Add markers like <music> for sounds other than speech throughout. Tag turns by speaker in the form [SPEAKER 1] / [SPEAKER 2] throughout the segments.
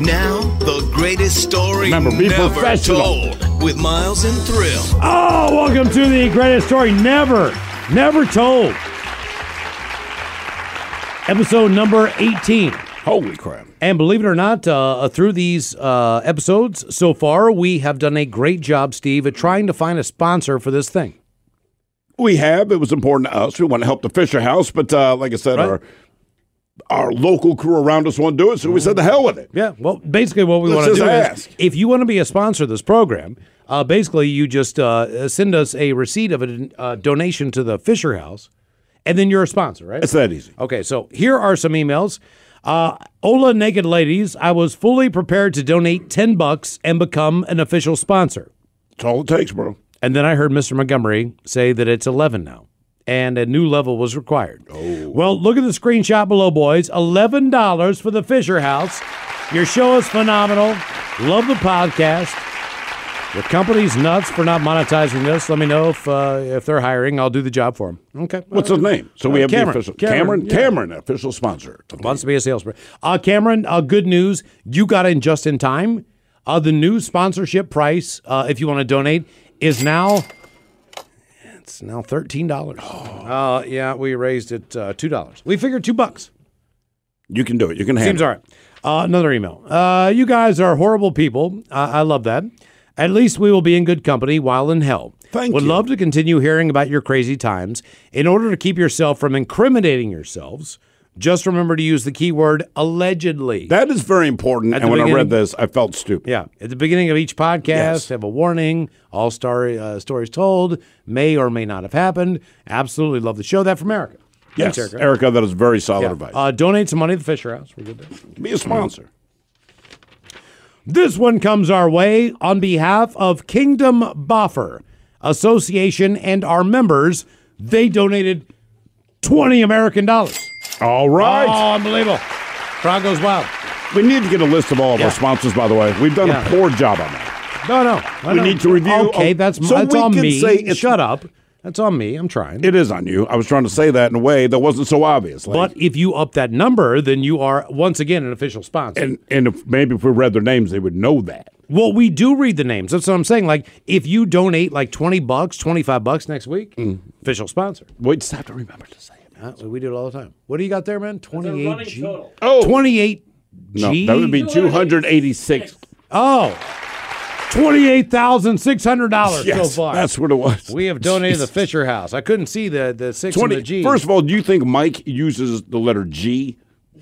[SPEAKER 1] Now, the greatest story
[SPEAKER 2] Remember, be
[SPEAKER 1] never
[SPEAKER 2] professional.
[SPEAKER 1] told with Miles and Thrill.
[SPEAKER 2] Oh, welcome to the greatest story never, never told. Episode number 18.
[SPEAKER 3] Holy crap.
[SPEAKER 2] And believe it or not, uh, through these uh, episodes so far, we have done a great job, Steve, at trying to find a sponsor for this thing.
[SPEAKER 3] We have. It was important to us. We want to help the Fisher House, but uh, like I said,
[SPEAKER 2] Right.
[SPEAKER 3] our our local crew around us won't do it, so we said the hell with it.
[SPEAKER 2] Yeah. Well, basically, what we
[SPEAKER 3] Let's
[SPEAKER 2] want to
[SPEAKER 3] just
[SPEAKER 2] do
[SPEAKER 3] ask.
[SPEAKER 2] is if you want to be a sponsor of this program, uh, basically, you just uh, send us a receipt of a uh, donation to the Fisher House, and then you're a sponsor, right?
[SPEAKER 3] It's that easy.
[SPEAKER 2] Okay, so here are some emails. Uh, Ola Naked Ladies, I was fully prepared to donate 10 bucks and become an official sponsor.
[SPEAKER 3] It's all it takes, bro.
[SPEAKER 2] And then I heard Mr. Montgomery say that it's 11 now and a new level was required. Oh. Well, look at the screenshot below, boys. $11 for the Fisher House. Your show is phenomenal. Love the podcast. The company's nuts for not monetizing this. Let me know if uh, if they're hiring. I'll do the job for them. Okay.
[SPEAKER 3] What's his name? So we
[SPEAKER 2] Uh,
[SPEAKER 3] have
[SPEAKER 2] Cameron.
[SPEAKER 3] the official
[SPEAKER 2] Cameron,
[SPEAKER 3] Cameron. Cameron,
[SPEAKER 2] yeah.
[SPEAKER 3] official sponsor.
[SPEAKER 2] Wants to be a salesperson. Uh, Cameron, uh, good news. You got in just in time. Uh, the new sponsorship price, uh, if you want to donate, is now it's now thirteen dollars. Uh, yeah, we raised it uh, two dollars. We figured two bucks.
[SPEAKER 3] You can do it. You can handle.
[SPEAKER 2] Seems all right. Uh, another email. Uh, you guys are horrible people. I I love that. At least we will be in good company while in hell.
[SPEAKER 3] Thank
[SPEAKER 2] Would
[SPEAKER 3] you.
[SPEAKER 2] love to continue hearing about your crazy times. In order to keep yourself from incriminating yourselves, just remember to use the keyword allegedly.
[SPEAKER 3] That is very important.
[SPEAKER 2] At
[SPEAKER 3] and
[SPEAKER 2] the
[SPEAKER 3] when I
[SPEAKER 2] beginning-
[SPEAKER 3] read this, I felt stupid.
[SPEAKER 2] yeah. At the beginning of each podcast,
[SPEAKER 3] Yes.
[SPEAKER 2] have a warning. All star uh, stories told may or may not have happened. Absolutely love the show. That from Erica.
[SPEAKER 3] Yes,
[SPEAKER 2] Thanks,
[SPEAKER 3] Erica.
[SPEAKER 2] Erica.
[SPEAKER 3] that is very solid
[SPEAKER 2] Yeah. Mm-hmm.
[SPEAKER 3] advice.
[SPEAKER 2] Uh, donate some money to the Fisher House. We're good there.
[SPEAKER 3] Be a sponsor.
[SPEAKER 2] This one comes our way on behalf of Kingdom Boffer Association and our members. They donated 20 American dollars.
[SPEAKER 3] All right.
[SPEAKER 2] Oh, unbelievable. Crowd goes wild.
[SPEAKER 3] we need to get a list of all of
[SPEAKER 2] Yeah.
[SPEAKER 3] our sponsors, by the way. We've done
[SPEAKER 2] Yeah.
[SPEAKER 3] a poor job on that.
[SPEAKER 2] No, no. I
[SPEAKER 3] We
[SPEAKER 2] know.
[SPEAKER 3] need to review-
[SPEAKER 2] Okay,
[SPEAKER 3] oh,
[SPEAKER 2] that's,
[SPEAKER 3] so
[SPEAKER 2] that's
[SPEAKER 3] we
[SPEAKER 2] on
[SPEAKER 3] can
[SPEAKER 2] me.
[SPEAKER 3] say it's-
[SPEAKER 2] Shut up. That's on me. I'm trying.
[SPEAKER 3] It is on you. I was trying to say that in a way that wasn't so obvious. Like,
[SPEAKER 2] but if you up that number, then you are once again an official sponsor.
[SPEAKER 3] and and if, maybe if we read their names, they would know that.
[SPEAKER 2] Well, we do read the names. That's what I'm saying. Like, if you donate like 20 bucks, 25 bucks next week,
[SPEAKER 3] Mm.
[SPEAKER 2] official sponsor.
[SPEAKER 3] We just have to remember to say it.
[SPEAKER 2] Uh, we do it all the time. What do you got there, man? 28 G.
[SPEAKER 3] Oh.
[SPEAKER 2] 28
[SPEAKER 3] No,
[SPEAKER 2] G.
[SPEAKER 3] that would be two hundred eighty-six.
[SPEAKER 2] Oh. $28,600
[SPEAKER 3] Yes,
[SPEAKER 2] so far.
[SPEAKER 3] that's what it was.
[SPEAKER 2] we have donated to the Fisher House. I couldn't see the, the six and the G.
[SPEAKER 3] First of all, do you think Mike uses the letter G?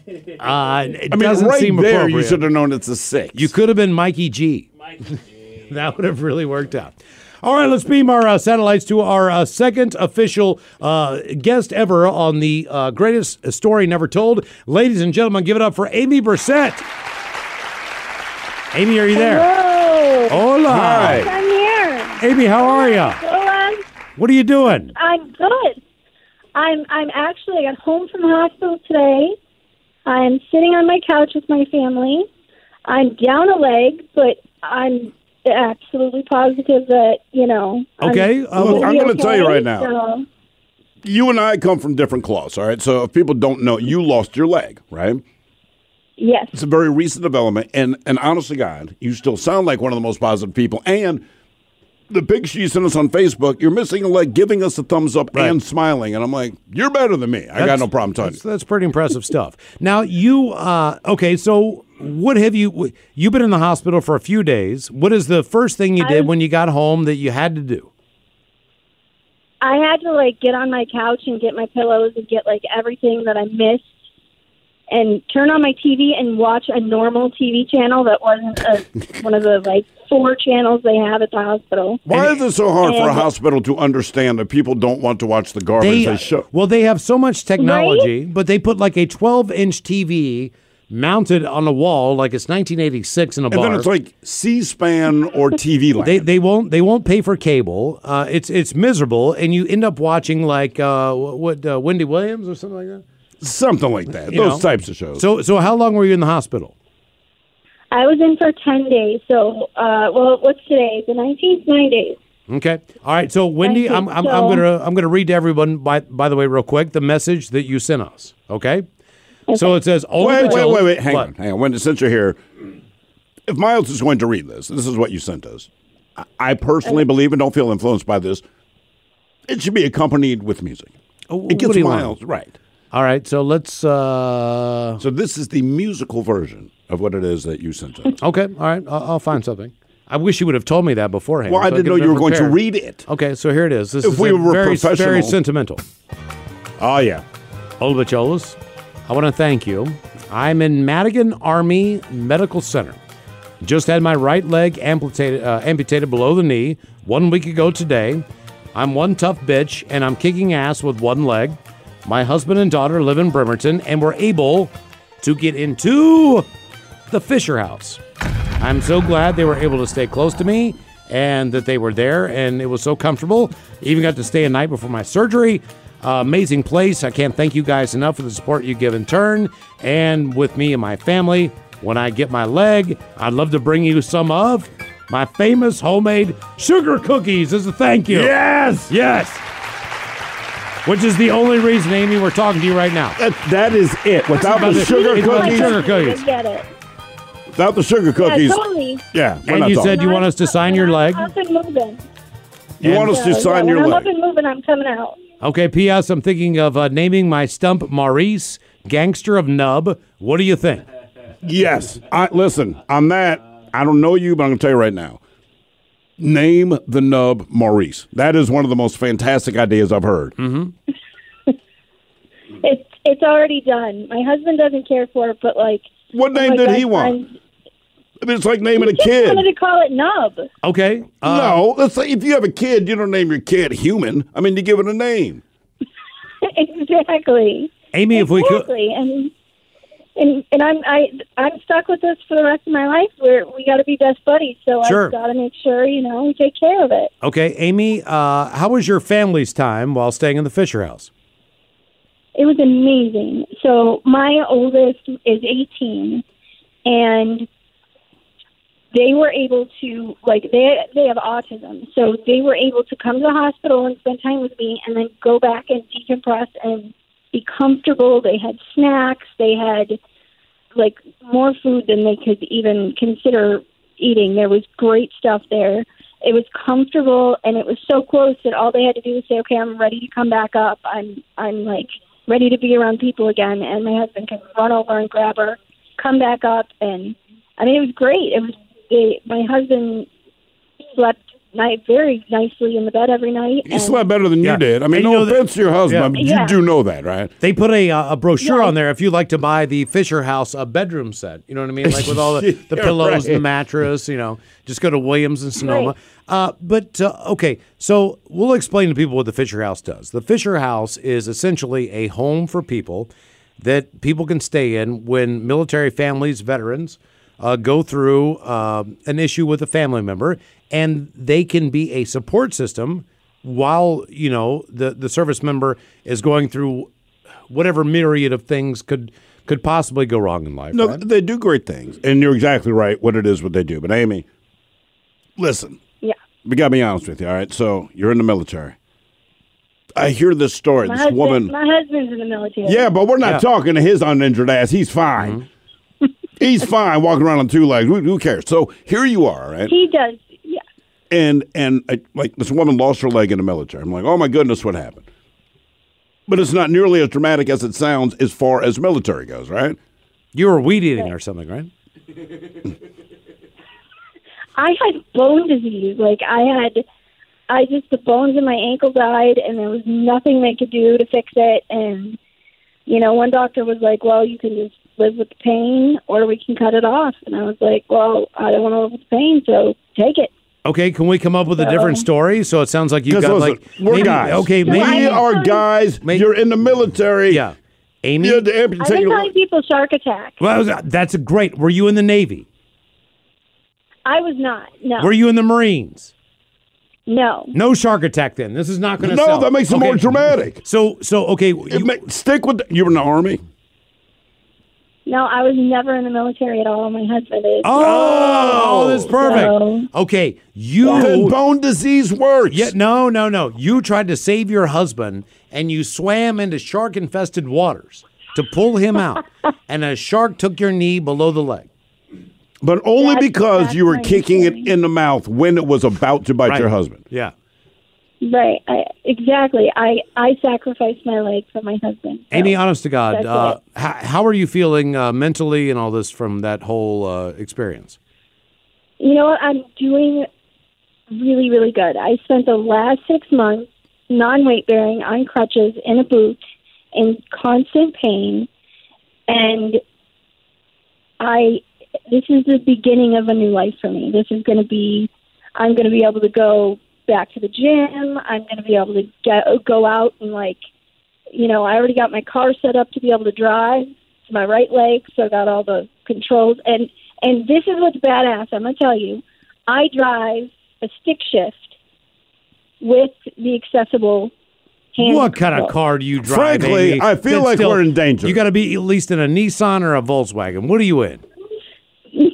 [SPEAKER 2] uh, I mean,
[SPEAKER 3] I mean,
[SPEAKER 2] doesn't
[SPEAKER 3] right
[SPEAKER 2] seem
[SPEAKER 3] there,
[SPEAKER 2] appropriate.
[SPEAKER 3] you should have known it's a six.
[SPEAKER 2] You could have been Mikey G. Mikey G. <laughs> that would have really worked out. All right, let's beam our uh, satellites to our uh, second official uh, guest ever on the uh, greatest story never told. Ladies and gentlemen, give it up for Amy Brissett. Amy, are you there?
[SPEAKER 4] Hello.
[SPEAKER 2] Hola.
[SPEAKER 3] Hi.
[SPEAKER 4] I'm here.
[SPEAKER 2] Amy, how are you?
[SPEAKER 4] Well, I'm,
[SPEAKER 2] What are you doing?
[SPEAKER 4] I'm good. I'm I'm actually I got home from the hospital today. I'm sitting on my couch with my family. I'm down a leg, but I'm absolutely positive that you know. I'm
[SPEAKER 2] Okay, uh,
[SPEAKER 4] gonna
[SPEAKER 2] well,
[SPEAKER 4] be
[SPEAKER 3] I'm gonna
[SPEAKER 4] okay,
[SPEAKER 3] tell you right now.
[SPEAKER 4] so-
[SPEAKER 3] You and I come from different cloths, all right? So if people don't know, you lost your leg, right?
[SPEAKER 4] yes.
[SPEAKER 3] It's a very recent development. And, and honest to God, you still sound like one of the most positive people. And the picture you sent us on Facebook, you're missing a leg, giving us a thumbs up
[SPEAKER 2] Right.
[SPEAKER 3] and smiling. And I'm like, you're better than me. I got
[SPEAKER 2] That's-
[SPEAKER 3] no problem telling
[SPEAKER 2] that's,
[SPEAKER 3] you.
[SPEAKER 2] that's pretty impressive stuff. Now you, uh, okay, so what have you? You've been in the hospital for a few days. What is the first thing you did
[SPEAKER 4] I-
[SPEAKER 2] when you got home that you had to do?
[SPEAKER 4] I had to like get on my couch and get my pillows and get like everything that I missed and turn on my TV and watch a normal TV channel that wasn't
[SPEAKER 3] <laughs>
[SPEAKER 4] a, one of the like four channels they have at the hospital.
[SPEAKER 3] Why is it so hard for a
[SPEAKER 4] and-
[SPEAKER 3] hospital to understand that people don't want to watch the garbage they, show?
[SPEAKER 2] well, they have so much technology, but they put like a 12 inch TV mounted on a wall, like it's 1986 in a
[SPEAKER 3] And
[SPEAKER 2] bar.
[SPEAKER 3] then it's like C-SPAN or TV Land.
[SPEAKER 2] they, they won't they won't pay for cable. Uh, it's it's miserable, and you end up watching like uh, what uh, Wendy Williams or something like that.
[SPEAKER 3] Something like that.
[SPEAKER 2] You
[SPEAKER 3] Those
[SPEAKER 2] know?
[SPEAKER 3] types of shows.
[SPEAKER 2] So so how long were you in the hospital?
[SPEAKER 4] I was in for 10 days. So, uh, well, what's today? The 19th, nine days.
[SPEAKER 2] Okay. All right. So Wendy,
[SPEAKER 4] Thank you.
[SPEAKER 2] I'm I'm, I'm
[SPEAKER 4] So-
[SPEAKER 2] gonna I'm gonna read to everyone by by the way real quick the message that you sent us. Okay. So it says only
[SPEAKER 3] Wait,
[SPEAKER 2] the
[SPEAKER 3] wait,
[SPEAKER 2] children-
[SPEAKER 3] wait, wait. Hang
[SPEAKER 2] What?
[SPEAKER 3] on, hang on. When, since you're here, if Miles is going to read this, this is what you sent us. I- I
[SPEAKER 4] Oh.
[SPEAKER 3] personally believe and don't feel influenced by this. It should be accompanied with music. It
[SPEAKER 2] Oh, what
[SPEAKER 3] gets
[SPEAKER 2] do you want?
[SPEAKER 3] Miles right.
[SPEAKER 2] All right, so let's. Uh,
[SPEAKER 3] So this is the musical version of what it is that you sent
[SPEAKER 2] <laughs>
[SPEAKER 3] us.
[SPEAKER 2] okay, all right, I'll, I'll find something. I wish you would have told me that beforehand.
[SPEAKER 3] well, I
[SPEAKER 2] so
[SPEAKER 3] didn't
[SPEAKER 2] could
[SPEAKER 3] know
[SPEAKER 2] have
[SPEAKER 3] you were
[SPEAKER 2] been
[SPEAKER 3] going to
[SPEAKER 2] prepared.
[SPEAKER 3] read it.
[SPEAKER 2] Okay, so here it is. This
[SPEAKER 3] If
[SPEAKER 2] is
[SPEAKER 3] we
[SPEAKER 2] a
[SPEAKER 3] were
[SPEAKER 2] very, very
[SPEAKER 3] professional-
[SPEAKER 2] sentimental.
[SPEAKER 3] Oh yeah.
[SPEAKER 2] Olvacholas, I want to thank you. I'm in Madigan Army Medical Center. Just had my right leg amputated, uh, amputated below the knee one week ago today. I'm one tough bitch and I'm kicking ass with one leg. My husband and daughter live in Bremerton and were able to get into the Fisher House. I'm so glad they were able to stay close to me and that they were there, and it was so comfortable. Even got to stay a night before my surgery. Uh, amazing place. I can't thank you guys enough for the support you give in turn and with me and my family. When I get my leg, I'd love to bring you some of my famous homemade sugar cookies as a thank you.
[SPEAKER 3] Yes.
[SPEAKER 2] Yes. Which is the only reason, Amy, we're talking to you right now.
[SPEAKER 3] That, that is it. Without the
[SPEAKER 2] It's
[SPEAKER 3] sugar
[SPEAKER 2] about the
[SPEAKER 3] cookies.
[SPEAKER 2] sugar cookies.
[SPEAKER 4] I get it.
[SPEAKER 3] Without the sugar
[SPEAKER 4] Yeah,
[SPEAKER 3] cookies.
[SPEAKER 4] totally.
[SPEAKER 3] Yeah. we're
[SPEAKER 2] And
[SPEAKER 3] not
[SPEAKER 2] you
[SPEAKER 3] talking.
[SPEAKER 2] said you want us to sign your leg?
[SPEAKER 4] Up and moving.
[SPEAKER 3] you want us to
[SPEAKER 4] Yeah,
[SPEAKER 3] sign
[SPEAKER 4] yeah,
[SPEAKER 3] your
[SPEAKER 4] when
[SPEAKER 3] leg.
[SPEAKER 4] I'm up and moving. I'm coming out.
[SPEAKER 2] Okay, P.S. I'm thinking of uh, naming my stump Maurice, gangster of Nub. What do you think?
[SPEAKER 3] Yes. I listen, on that, I don't know you, but I'm gonna tell you right now. Name the nub Maurice. That is one of the most fantastic ideas I've heard.
[SPEAKER 4] Mm-hmm. It's it's already done. My husband doesn't care for it, but like.
[SPEAKER 3] What
[SPEAKER 4] oh
[SPEAKER 3] name
[SPEAKER 4] my
[SPEAKER 3] did
[SPEAKER 4] God,
[SPEAKER 3] he want?
[SPEAKER 4] I'm-
[SPEAKER 3] I mean, it's like naming a
[SPEAKER 4] Just
[SPEAKER 3] kid.
[SPEAKER 4] wanted Uh-huh. to call it nub. <laughs>
[SPEAKER 2] Okay. Uh,
[SPEAKER 3] no, let's say if you have a kid, you don't name your kid human. I mean, you give it a name.
[SPEAKER 4] exactly.
[SPEAKER 2] Amy, if we could.
[SPEAKER 4] exactly. and and and I'm I I'm stuck with this for the rest of my life. We're we got to be best buddies, so
[SPEAKER 2] Sure.
[SPEAKER 4] I've got to make sure you know we take care of it.
[SPEAKER 2] Okay, Amy, uh, how was your family's time while staying in the Fisher House?
[SPEAKER 4] It was amazing. So my oldest is 18, and they were able to like they they have autism, so they were able to come to the hospital and spend time with me, and then go back and decompress and be comfortable. They had snacks. They had like more food than they could even consider eating. There was great stuff there. It was comfortable and it was so close that all they had to do was say, "Okay, I'm ready to come back up. I'm I'm like ready to be around people again." And my husband can run over and grab her, come back up, and I mean it was great. It was they, my husband slept night very nicely in the bed every night.
[SPEAKER 3] He
[SPEAKER 4] and-
[SPEAKER 3] slept better than
[SPEAKER 2] Yeah.
[SPEAKER 3] you did. I mean,
[SPEAKER 2] And you
[SPEAKER 3] no
[SPEAKER 2] know that-
[SPEAKER 3] offense to your husband,
[SPEAKER 2] Yeah.
[SPEAKER 3] but
[SPEAKER 4] Oh. Yeah.
[SPEAKER 3] you do know that, right?
[SPEAKER 2] They put a, uh, a brochure
[SPEAKER 4] Yeah.
[SPEAKER 2] on there if you'd like to buy the Fisher House a bedroom set. You know what I mean? Like with all the, the
[SPEAKER 3] Yeah,
[SPEAKER 2] pillows and the
[SPEAKER 3] right.
[SPEAKER 2] mattress, you know, just go to Williams and Sonoma.
[SPEAKER 4] Right.
[SPEAKER 2] Uh, but uh, okay, so we'll explain to people what the Fisher House does. The Fisher House is essentially a home for people that people can stay in when military families, veterans, uh, go through um an issue with a family member, and they can be a support system while you know the the service member is going through whatever myriad of things could could possibly go wrong in life.
[SPEAKER 3] No,
[SPEAKER 2] right?
[SPEAKER 3] they do great things, and you're exactly right. What it is, what they do. But Amy, listen,
[SPEAKER 4] Yeah.
[SPEAKER 3] we gotta be honest with you. All right, so you're in the military. I hear this story.
[SPEAKER 4] My
[SPEAKER 3] this
[SPEAKER 4] husband,
[SPEAKER 3] woman.
[SPEAKER 4] my husband's in the military.
[SPEAKER 3] yeah, but we're not talking to his uninjured ass. He's fine.
[SPEAKER 2] Mm-hmm.
[SPEAKER 3] <laughs> He's fine walking around on two legs. Who, who cares? So here you are, all right?
[SPEAKER 4] he does. Yeah,
[SPEAKER 3] and and I, like this woman lost her leg in the military. I'm like, oh my goodness, what happened? But it's not nearly as dramatic as it sounds as far as military goes, right?
[SPEAKER 2] You were weed eating or something, right?
[SPEAKER 4] I had bone disease. Like I had, I just the bones in my ankle died, and there was nothing they could do to fix it. And you know, one doctor was like, "Well, you can just live with the pain, or we can cut it off." And I was like, "Well, I don't want to live with the pain, so take it."
[SPEAKER 2] Okay, can we come up with a different story? So it sounds like you
[SPEAKER 3] 'Cause
[SPEAKER 2] got
[SPEAKER 3] listen,
[SPEAKER 2] like
[SPEAKER 3] we're
[SPEAKER 2] maybe,
[SPEAKER 3] guys.
[SPEAKER 2] okay,
[SPEAKER 3] we
[SPEAKER 2] maybe
[SPEAKER 4] I-
[SPEAKER 3] are guys.
[SPEAKER 2] Maybe-
[SPEAKER 3] you're in the military.
[SPEAKER 2] yeah, Amy.
[SPEAKER 3] You had to
[SPEAKER 4] I've
[SPEAKER 3] amputate
[SPEAKER 4] been
[SPEAKER 3] your
[SPEAKER 4] telling
[SPEAKER 3] leg.
[SPEAKER 4] people shark attack.
[SPEAKER 2] well, that was- that's a great. Were you in the Navy?
[SPEAKER 4] I was not. No.
[SPEAKER 2] Were you in the Marines?
[SPEAKER 4] no.
[SPEAKER 2] No shark attack. Then this is not going to.
[SPEAKER 3] No, that makes it more dramatic.
[SPEAKER 2] So, so okay,
[SPEAKER 3] It
[SPEAKER 2] you,
[SPEAKER 3] ma- stick with the, you were in the army.
[SPEAKER 4] No, I was never in the military at all. My husband is.
[SPEAKER 2] Oh, that's perfect.
[SPEAKER 4] So-
[SPEAKER 2] okay, you.
[SPEAKER 3] Then bone disease works.
[SPEAKER 2] Yeah, no, no, no. You tried to save your husband and you swam into shark infested
[SPEAKER 4] <laughs>
[SPEAKER 2] waters to pull him out, and a shark took your knee below the leg.
[SPEAKER 3] But only
[SPEAKER 4] That's-
[SPEAKER 3] because
[SPEAKER 4] that's
[SPEAKER 3] you were
[SPEAKER 4] my
[SPEAKER 3] kicking it
[SPEAKER 4] theory.
[SPEAKER 3] in the mouth when it was about to bite
[SPEAKER 2] Right.
[SPEAKER 3] your husband.
[SPEAKER 2] Yeah.
[SPEAKER 4] Right. I, exactly. I I sacrificed my leg for my husband. So
[SPEAKER 2] Amy, honest to God,
[SPEAKER 4] that's
[SPEAKER 2] uh, how, how are you feeling uh, mentally and all this from that whole uh, experience?
[SPEAKER 4] you know what? I'm doing really really good. I spent the last six months non weight bearing on crutches in a boot in constant pain, and I this is the beginning of a new life for me. This is going to be I'm going to be able to go back to the gym. I'm going to be able to get, go out and like you know, I already got my car set up to be able to drive It's my right leg, so I got all the controls. And and this is what's badass. I'm gonna tell you, I drive a stick shift with the accessible hand.
[SPEAKER 2] What kind of
[SPEAKER 4] control.
[SPEAKER 2] car do you drive?
[SPEAKER 3] Frankly,
[SPEAKER 2] Amy?
[SPEAKER 3] I feel like we're in danger.
[SPEAKER 2] You got to be at least in a Nissan or a Volkswagen. What are you in?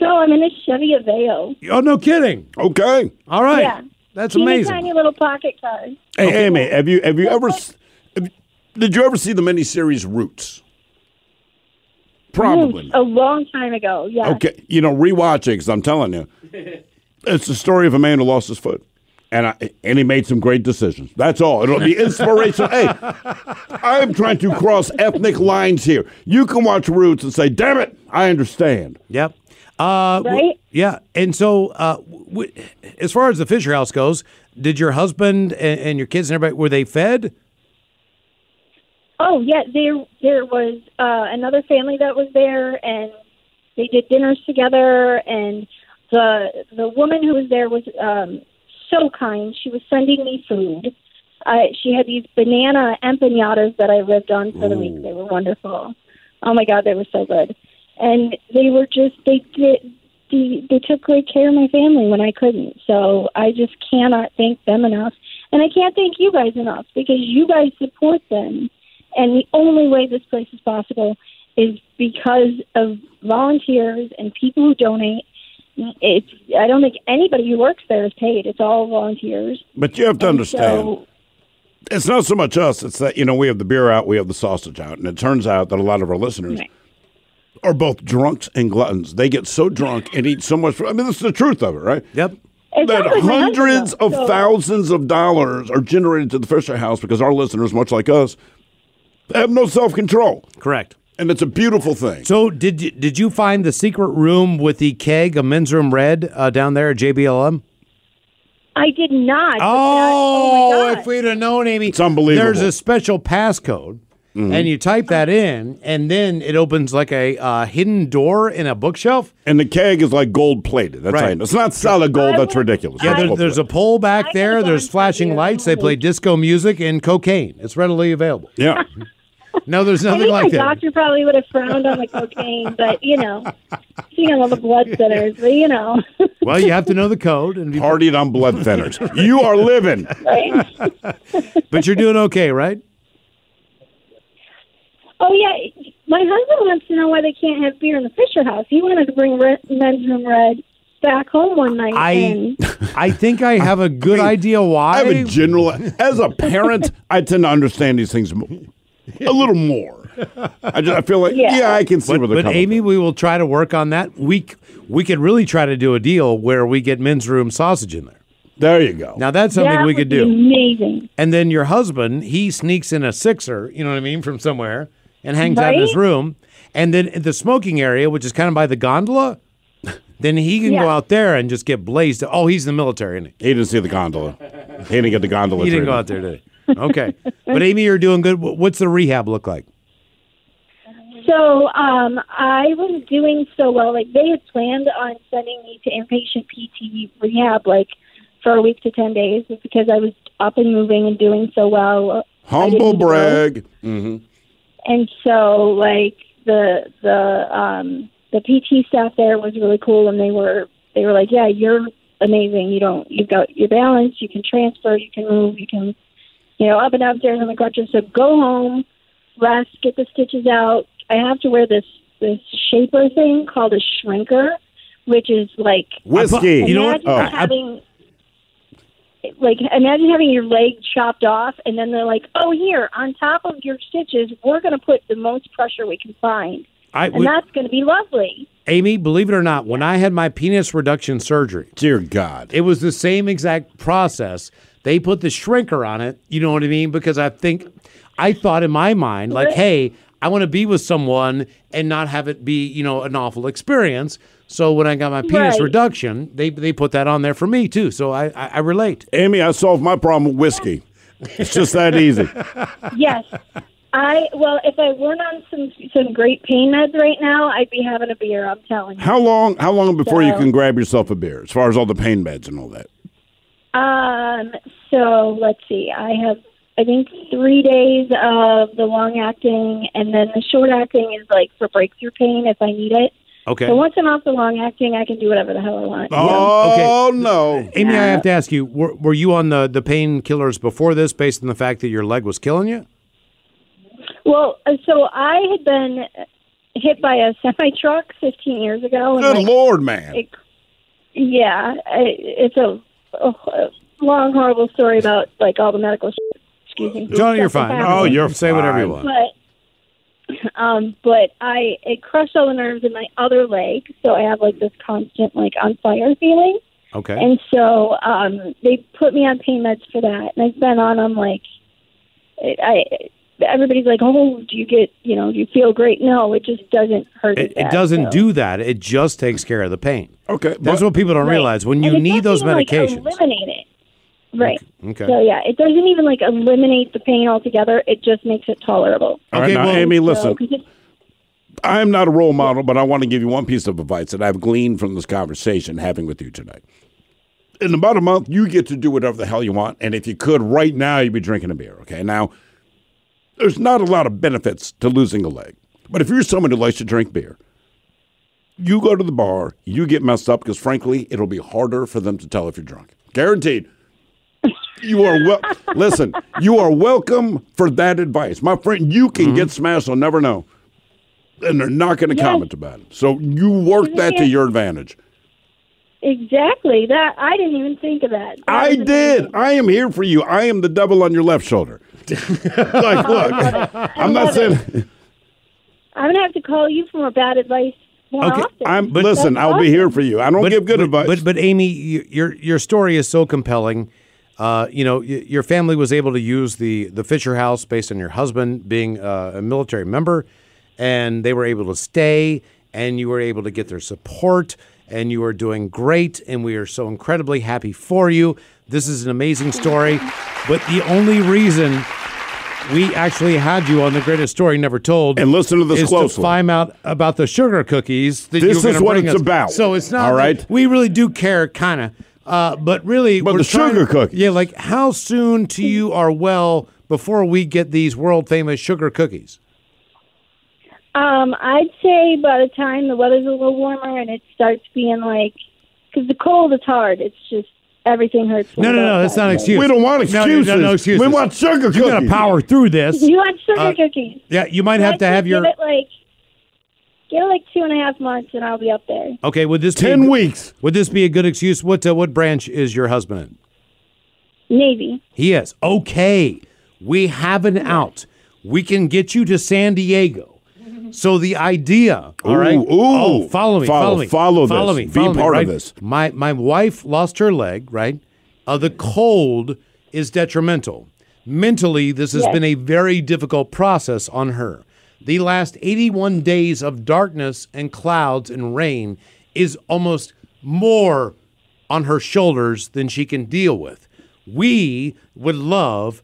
[SPEAKER 4] No, I'm in a Chevy Aveo.
[SPEAKER 2] Oh, no kidding.
[SPEAKER 3] Okay.
[SPEAKER 2] All right.
[SPEAKER 4] Yeah.
[SPEAKER 2] That's
[SPEAKER 4] Teeny
[SPEAKER 2] amazing.
[SPEAKER 4] tiny little pocket car.
[SPEAKER 3] Hey, Amy, have you have you ever s- have- did you ever see the miniseries Roots? Probably.
[SPEAKER 4] A long time ago. Yeah.
[SPEAKER 3] Okay, you know, rewatch it because I'm telling you, it's the story of a man who lost his foot, and I, and he made some great decisions. That's all. It'll be inspirational. hey, I'm trying to cross ethnic lines here. You can watch Roots and say, "Damn it, I understand."
[SPEAKER 2] Yep. Uh, w-
[SPEAKER 4] Right?
[SPEAKER 2] Yeah. And so, uh, w- as far as the Fisher House goes, did your husband and, and your kids and everybody were they fed?
[SPEAKER 4] Oh yeah, there there was uh, another family that was there, and they did dinners together. And the the woman who was there was um, so kind. She was sending me food. Uh, she had these banana empanadas that I lived on for the week. They were wonderful. Oh my god, they were so good. And they were just they did they, they took great care of my family when I couldn't. So I just cannot thank them enough. And I can't thank you guys enough because you guys support them. And the only way this place is possible is because of volunteers and people who donate. It's I don't think anybody who works there is paid. It's all volunteers.
[SPEAKER 3] But you have to understand.
[SPEAKER 4] So
[SPEAKER 3] it's not so much us. It's that you know we have the beer out, we have the sausage out, and it turns out that a lot of our listeners
[SPEAKER 4] Right.
[SPEAKER 3] are both drunks and gluttons. They get so drunk and eat so much. I mean, that's the truth of it, right?
[SPEAKER 2] Yep.
[SPEAKER 4] it
[SPEAKER 3] That
[SPEAKER 4] sounds like my husband
[SPEAKER 3] hundreds
[SPEAKER 4] does,
[SPEAKER 3] of
[SPEAKER 4] so-
[SPEAKER 3] thousands of dollars are generated to the Fisher House because our listeners, much like us, have no self control,
[SPEAKER 2] Correct.
[SPEAKER 3] and it's a beautiful thing.
[SPEAKER 2] So did you, did you find the secret room with the keg, a men's room red uh, down there at JBLM?
[SPEAKER 4] I did not.
[SPEAKER 3] Oh,
[SPEAKER 4] but that-
[SPEAKER 2] Oh,
[SPEAKER 4] my God.
[SPEAKER 2] if we'd have known, Amy,
[SPEAKER 3] It's unbelievable.
[SPEAKER 2] There's a special passcode, and you type that in, and then it opens like a uh, hidden door in a bookshelf.
[SPEAKER 3] and the keg is like gold plated. That's
[SPEAKER 2] Right.
[SPEAKER 3] right. It's not solid gold.
[SPEAKER 4] I
[SPEAKER 3] That's
[SPEAKER 4] would-
[SPEAKER 3] ridiculous.
[SPEAKER 2] Yeah,
[SPEAKER 3] That's
[SPEAKER 2] there-
[SPEAKER 3] gold
[SPEAKER 2] there's a
[SPEAKER 3] plated.
[SPEAKER 2] pole
[SPEAKER 4] I
[SPEAKER 2] back
[SPEAKER 4] could've
[SPEAKER 2] there. There's
[SPEAKER 4] gone to
[SPEAKER 2] flashing
[SPEAKER 4] the
[SPEAKER 2] lights. They play
[SPEAKER 4] Olympics.
[SPEAKER 2] disco music and cocaine. It's readily available.
[SPEAKER 3] yeah.
[SPEAKER 2] No, there's
[SPEAKER 4] I
[SPEAKER 2] nothing
[SPEAKER 4] think my
[SPEAKER 2] like that.
[SPEAKER 4] doctor probably would have frowned on the cocaine, but you know, seeing all the blood centers, but you know, <laughs>
[SPEAKER 2] Well, you have to know the code, and be,
[SPEAKER 3] Partied on blood
[SPEAKER 2] <laughs>
[SPEAKER 3] thinners. you are living.
[SPEAKER 4] right?
[SPEAKER 2] but you're doing okay, right?
[SPEAKER 4] Oh yeah, my husband wants to know why they can't have beer in the Fisher House. He wanted to bring Red, Men's Room Red back home one night.
[SPEAKER 2] I
[SPEAKER 4] and
[SPEAKER 2] I think I have a good idea why.
[SPEAKER 3] I have a general. As a parent, I tend to understand these things mo- a little more. I, just, I feel like yeah.
[SPEAKER 4] Yeah.
[SPEAKER 3] I can see
[SPEAKER 2] but,
[SPEAKER 3] where they're
[SPEAKER 2] but
[SPEAKER 3] coming.
[SPEAKER 2] Amy, we will try to work on that. We c- we could really try to do a deal where we get men's room sausage in there.
[SPEAKER 3] from. there you go.
[SPEAKER 2] Now that's something
[SPEAKER 4] that
[SPEAKER 2] we
[SPEAKER 4] would
[SPEAKER 2] could
[SPEAKER 4] be
[SPEAKER 2] do.
[SPEAKER 4] Amazing.
[SPEAKER 2] And then your husband, he sneaks in a sixer, you know what I mean, from somewhere and hangs out in his
[SPEAKER 4] Right?
[SPEAKER 2] room. And then in the smoking area, which is kind of by the gondola, <laughs> then he can go
[SPEAKER 4] Yeah.
[SPEAKER 2] out there and just get blazed. Oh, he's in the military, isn't he?
[SPEAKER 3] he didn't see the gondola. He didn't get the gondola.
[SPEAKER 2] He didn't go
[SPEAKER 3] treatment.
[SPEAKER 2] out there, did he? Okay. but Amy, you're doing good. Wh- What's the rehab look like?
[SPEAKER 4] So um, I was doing so well. Like they had planned on sending me to inpatient PT rehab, like for a week to ten days, just because I was up and moving and doing so well.
[SPEAKER 3] Humble
[SPEAKER 4] I didn't grow.
[SPEAKER 3] brag.
[SPEAKER 4] and so like the the um the PT staff there was really cool and they were they were like, Yeah, you're amazing. You don't you've got your balance, you can transfer, you can move, you can you know, up and down stairs on the crutches. So go home, rest, get the stitches out. I have to wear this this shaper thing called a shrinker, which is like
[SPEAKER 3] Whiskey.
[SPEAKER 2] You know what?
[SPEAKER 4] imagine
[SPEAKER 2] Oh.
[SPEAKER 4] having like imagine having your leg chopped off and then they're like, Oh here, on top of your stitches, we're gonna put the most pressure we can find.
[SPEAKER 2] I,
[SPEAKER 4] and that's going to be lovely.
[SPEAKER 2] Amy, believe it or not, when I had my penis reduction surgery,
[SPEAKER 3] Dear God.
[SPEAKER 2] it was the same exact process. They put the shrinker on it. You know what I mean? Because I think I thought in my mind, like, hey, I want to be with someone and not have it be, you know, an awful experience. So when I got my penis
[SPEAKER 4] Right.
[SPEAKER 2] reduction, they they put that on there for me too. So I I, I relate.
[SPEAKER 3] Amy, I solved my problem with whiskey. It's just that easy.
[SPEAKER 4] Yes. I well, if I weren't on some some great pain meds right now, I'd be having a beer. I'm telling you.
[SPEAKER 3] How long? How long before you
[SPEAKER 4] So-
[SPEAKER 3] can grab yourself a beer? As far as all the pain meds and all that.
[SPEAKER 4] Um, so let's see. I have I think three days of the long acting, and then the short acting is like for breakthrough pain if I need it.
[SPEAKER 2] Okay.
[SPEAKER 4] So once I'm off the long acting, I can do whatever the hell I want.
[SPEAKER 3] Oh no!
[SPEAKER 2] Amy, I have to ask you: Were, were you on the the painkillers before this, based on the fact that your leg was killing you?
[SPEAKER 4] Well, uh, so I had been hit by a semi truck 15 years ago. And
[SPEAKER 3] Good
[SPEAKER 4] like,
[SPEAKER 3] Lord, man!
[SPEAKER 4] it, yeah, I, it's a, a, long, horrible story about like all the medical. Shit. Excuse me.
[SPEAKER 2] Johnny, you're
[SPEAKER 4] Stuff that's
[SPEAKER 2] fine.
[SPEAKER 4] happening.
[SPEAKER 3] Oh, you're
[SPEAKER 2] say whatever you
[SPEAKER 3] fine.
[SPEAKER 2] want.
[SPEAKER 4] but um but i it crushed all the nerves in my other leg so i have like this constant like on fire feeling
[SPEAKER 2] Okay.
[SPEAKER 4] and so um they put me on pain meds for that and i've been on them like it, i everybody's like oh do you get you know do you feel great no it just doesn't hurt
[SPEAKER 2] It,
[SPEAKER 4] that,
[SPEAKER 2] it doesn't
[SPEAKER 4] so.
[SPEAKER 2] do that. It just takes care of the pain.
[SPEAKER 3] Okay,
[SPEAKER 2] That's
[SPEAKER 3] but-
[SPEAKER 2] what people don't
[SPEAKER 4] Right.
[SPEAKER 2] realize. When you
[SPEAKER 4] And it
[SPEAKER 2] need those
[SPEAKER 4] doesn't even, like,
[SPEAKER 2] medications,
[SPEAKER 4] eliminate it right
[SPEAKER 2] Okay.
[SPEAKER 4] so yeah it doesn't even like eliminate the pain altogether it just makes it tolerable
[SPEAKER 3] All right,
[SPEAKER 2] Okay,
[SPEAKER 3] now,
[SPEAKER 2] well-
[SPEAKER 3] Amy,
[SPEAKER 4] So,
[SPEAKER 3] listen.
[SPEAKER 4] 'cause it's
[SPEAKER 3] I'm not a role model, but I want to give you one piece of advice that I've gleaned from this conversation having with you tonight. In about a month, you get to do whatever the hell you want, and if you could right now, you'd be drinking a beer. Okay, now there's not a lot of benefits to losing a leg, but if you're someone who likes to drink beer, you go to the bar, you get messed up because frankly, it'll be harder for them to tell if you're drunk. Guaranteed. You are well. listen, you are welcome for that advice, my friend. You can get smashed. I'll never know and they're not going to
[SPEAKER 4] Yes.
[SPEAKER 3] comment about it. So you work
[SPEAKER 4] Isn't
[SPEAKER 3] that to
[SPEAKER 4] it-
[SPEAKER 3] your advantage.
[SPEAKER 4] Exactly. That I didn't even think of that. That
[SPEAKER 3] I
[SPEAKER 4] was amazing.
[SPEAKER 3] did. I am here for you. I am the devil on your left
[SPEAKER 2] <laughs>
[SPEAKER 3] shoulder. like, look, I'm not
[SPEAKER 4] love it.
[SPEAKER 3] saying
[SPEAKER 4] I'm gonna have to call you for more bad advice more
[SPEAKER 2] Okay,
[SPEAKER 4] often.
[SPEAKER 3] I'm. listen,
[SPEAKER 4] That's
[SPEAKER 3] I'll be here
[SPEAKER 4] awesome.
[SPEAKER 3] for you. I don't give good
[SPEAKER 2] but,
[SPEAKER 3] advice.
[SPEAKER 2] But but Amy, you, your your story is so compelling. Uh, you know, y- your family was able to use the the Fisher House based on your husband being uh, a military member, and they were able to stay, and you were able to get their support, and you are doing great, and we are so incredibly happy for you. This is an amazing story, but the only reason we actually had you on the greatest story never told
[SPEAKER 3] And listen to this
[SPEAKER 2] is
[SPEAKER 3] closely.
[SPEAKER 2] To find out about the sugar cookies that
[SPEAKER 3] This
[SPEAKER 2] you were
[SPEAKER 3] is
[SPEAKER 2] gonna
[SPEAKER 3] what
[SPEAKER 2] bring
[SPEAKER 3] it's
[SPEAKER 2] us.
[SPEAKER 3] about.
[SPEAKER 2] So it's not
[SPEAKER 3] All
[SPEAKER 2] like-
[SPEAKER 3] right?
[SPEAKER 2] we really do care, kind of. Uh, but really,
[SPEAKER 3] But
[SPEAKER 2] we're
[SPEAKER 3] the
[SPEAKER 2] trying-
[SPEAKER 3] sugar cookies.
[SPEAKER 2] Yeah, like how soon to you are well before we get these world famous sugar cookies.
[SPEAKER 4] Um, I'd say by the time the weather's a little warmer and it starts being like, because the cold is hard. It's just everything hurts.
[SPEAKER 2] No,
[SPEAKER 4] when
[SPEAKER 2] no,
[SPEAKER 4] it's
[SPEAKER 2] no, that's not an
[SPEAKER 4] outside.
[SPEAKER 2] excuse.
[SPEAKER 3] we don't want
[SPEAKER 2] No,
[SPEAKER 3] excuses.
[SPEAKER 2] No, no, excuses.
[SPEAKER 3] We want sugar cookies.
[SPEAKER 2] You gotta power through this.
[SPEAKER 4] You want sugar
[SPEAKER 2] Uh,
[SPEAKER 4] cookies?
[SPEAKER 2] Yeah, you might have
[SPEAKER 4] I'd
[SPEAKER 2] to
[SPEAKER 4] say
[SPEAKER 2] have your.
[SPEAKER 4] give it like give it like two and a half months, and I'll be up there.
[SPEAKER 2] Okay, would this be a
[SPEAKER 3] Ten
[SPEAKER 2] good-
[SPEAKER 3] weeks.
[SPEAKER 2] Would this be a good excuse? What uh, what branch is your husband in?
[SPEAKER 4] Navy.
[SPEAKER 2] He is. Okay. We have an out. We can get you to San Diego. So the idea, all
[SPEAKER 3] Ooh,
[SPEAKER 2] right?
[SPEAKER 3] ooh.
[SPEAKER 2] Oh, follow me, follow,
[SPEAKER 3] Follow-
[SPEAKER 2] me,
[SPEAKER 3] follow this.
[SPEAKER 2] follow me,
[SPEAKER 3] Be
[SPEAKER 2] follow me,
[SPEAKER 3] part of
[SPEAKER 2] right?
[SPEAKER 3] this.
[SPEAKER 2] My my wife lost her leg, right? Uh, the cold is detrimental. Mentally, this has
[SPEAKER 4] Yes.
[SPEAKER 2] been a very difficult process on her. The last 81 days of darkness and clouds and rain is almost more on her shoulders than she can deal with. We would love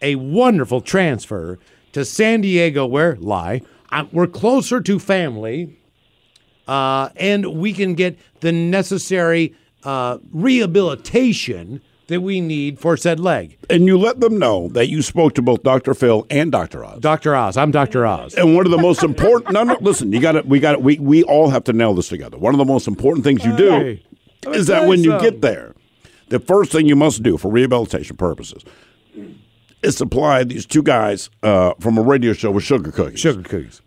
[SPEAKER 2] a wonderful transfer to San Diego, where lie I, we're closer to family uh, and we can get the necessary uh, rehabilitation that we need for said leg.
[SPEAKER 3] And you let them know that you spoke to both Dr. Phil and Dr. Oz.
[SPEAKER 2] Dr. Oz, I'm Dr. Oz.
[SPEAKER 3] and one of the most important. No, no. Listen, you got to We got to We we all have to nail this together. One of the most important things you do
[SPEAKER 2] Hey, let me
[SPEAKER 3] is
[SPEAKER 2] tell
[SPEAKER 3] that
[SPEAKER 2] you
[SPEAKER 3] when you
[SPEAKER 2] something.
[SPEAKER 3] get there, the first thing you must do for rehabilitation purposes is supply these two guys uh, from a radio show with sugar cookies.
[SPEAKER 2] Sugar cookies.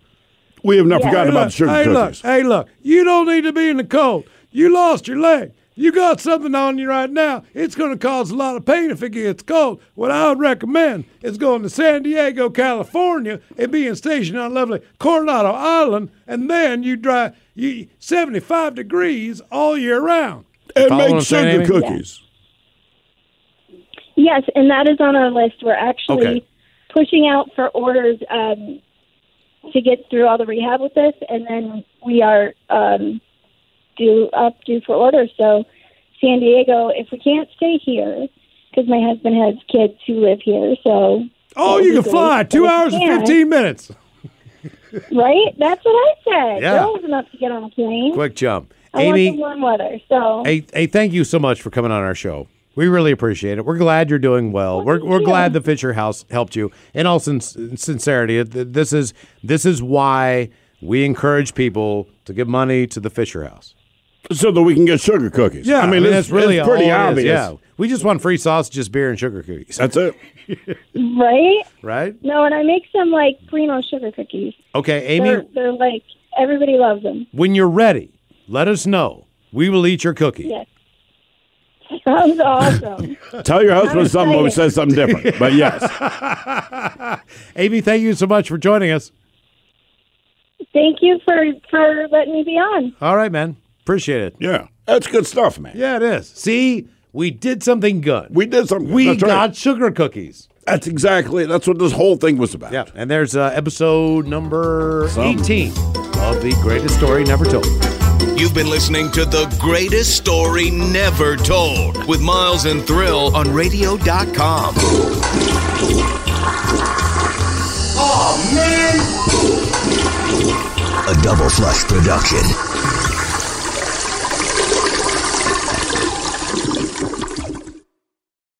[SPEAKER 3] We have not
[SPEAKER 4] Yeah.
[SPEAKER 3] forgotten
[SPEAKER 2] Hey,
[SPEAKER 3] about
[SPEAKER 2] look,
[SPEAKER 3] sugar
[SPEAKER 2] hey, look,
[SPEAKER 3] cookies.
[SPEAKER 2] hey, look, you don't need to be in the cold. You lost your leg. you got something on you right now. It's going to cause a lot of pain if it gets cold. What I would recommend is going to San Diego, California, and being stationed on lovely Coronado Island, and then you drive you, 75 degrees all year round.
[SPEAKER 3] And
[SPEAKER 2] Follow what I'm
[SPEAKER 3] make
[SPEAKER 2] saying,
[SPEAKER 3] sugar
[SPEAKER 2] Amy?
[SPEAKER 3] cookies.
[SPEAKER 4] Yes, and that is on our list. We're actually
[SPEAKER 2] Okay.
[SPEAKER 4] pushing out for orders um, to get through all the rehab with this, and then we are um, due up due for orders. So, San Diego, if we can't stay here, because my husband has kids who live here, so
[SPEAKER 2] Oh,
[SPEAKER 4] that
[SPEAKER 2] you can
[SPEAKER 4] would be
[SPEAKER 2] fly
[SPEAKER 4] great.
[SPEAKER 2] two
[SPEAKER 4] But if
[SPEAKER 2] hours
[SPEAKER 4] we
[SPEAKER 2] and
[SPEAKER 4] can't,
[SPEAKER 2] 15 minutes.
[SPEAKER 4] Right? That's what I said.
[SPEAKER 2] Yeah.
[SPEAKER 4] They're old enough to get on a plane.
[SPEAKER 2] Quick jump.
[SPEAKER 4] I want the warm weather. So
[SPEAKER 2] Hey, hey, thank you so much for coming on our show. We really appreciate it. We're glad you're doing well. we're
[SPEAKER 4] thank
[SPEAKER 2] we're
[SPEAKER 4] you.
[SPEAKER 2] glad the Fisher House helped you. In all sin- sincerity, th- this is this is why we encourage people to give money to the Fisher House.
[SPEAKER 3] So that we can get sugar cookies. I mean, it's,
[SPEAKER 2] that's really
[SPEAKER 3] it's pretty
[SPEAKER 2] all it
[SPEAKER 3] obvious.
[SPEAKER 2] is, Yeah, we just want free sausages, beer, and sugar cookies,
[SPEAKER 3] That's it.
[SPEAKER 4] right?
[SPEAKER 2] right?
[SPEAKER 4] No, and I make some like Primo sugar cookies.
[SPEAKER 2] Okay, Amy,
[SPEAKER 4] They're, they're like everybody loves them.
[SPEAKER 2] when you're ready, let us know. We will eat your cookie.
[SPEAKER 4] Yes. Sounds awesome.
[SPEAKER 3] Tell your husband
[SPEAKER 4] I'm
[SPEAKER 3] something when we say
[SPEAKER 4] excited.
[SPEAKER 3] something different. But
[SPEAKER 4] <laughs>
[SPEAKER 3] yes.
[SPEAKER 2] Amy, thank you so much for joining us.
[SPEAKER 4] Thank you for for letting me be on.
[SPEAKER 2] All right, man. Appreciate it.
[SPEAKER 3] Yeah. That's good stuff, man.
[SPEAKER 2] Yeah, it is. See, we did something good.
[SPEAKER 3] We did something.
[SPEAKER 2] We
[SPEAKER 3] That's right.
[SPEAKER 2] got sugar cookies.
[SPEAKER 3] That's exactly. That's what this whole thing was about.
[SPEAKER 2] And there's uh, episode number
[SPEAKER 3] Some.
[SPEAKER 2] 18 of The Greatest Story Never Told.
[SPEAKER 1] You've been listening to The Greatest Story Never Told with Miles and Thrill on radio.com.
[SPEAKER 5] A double flush production.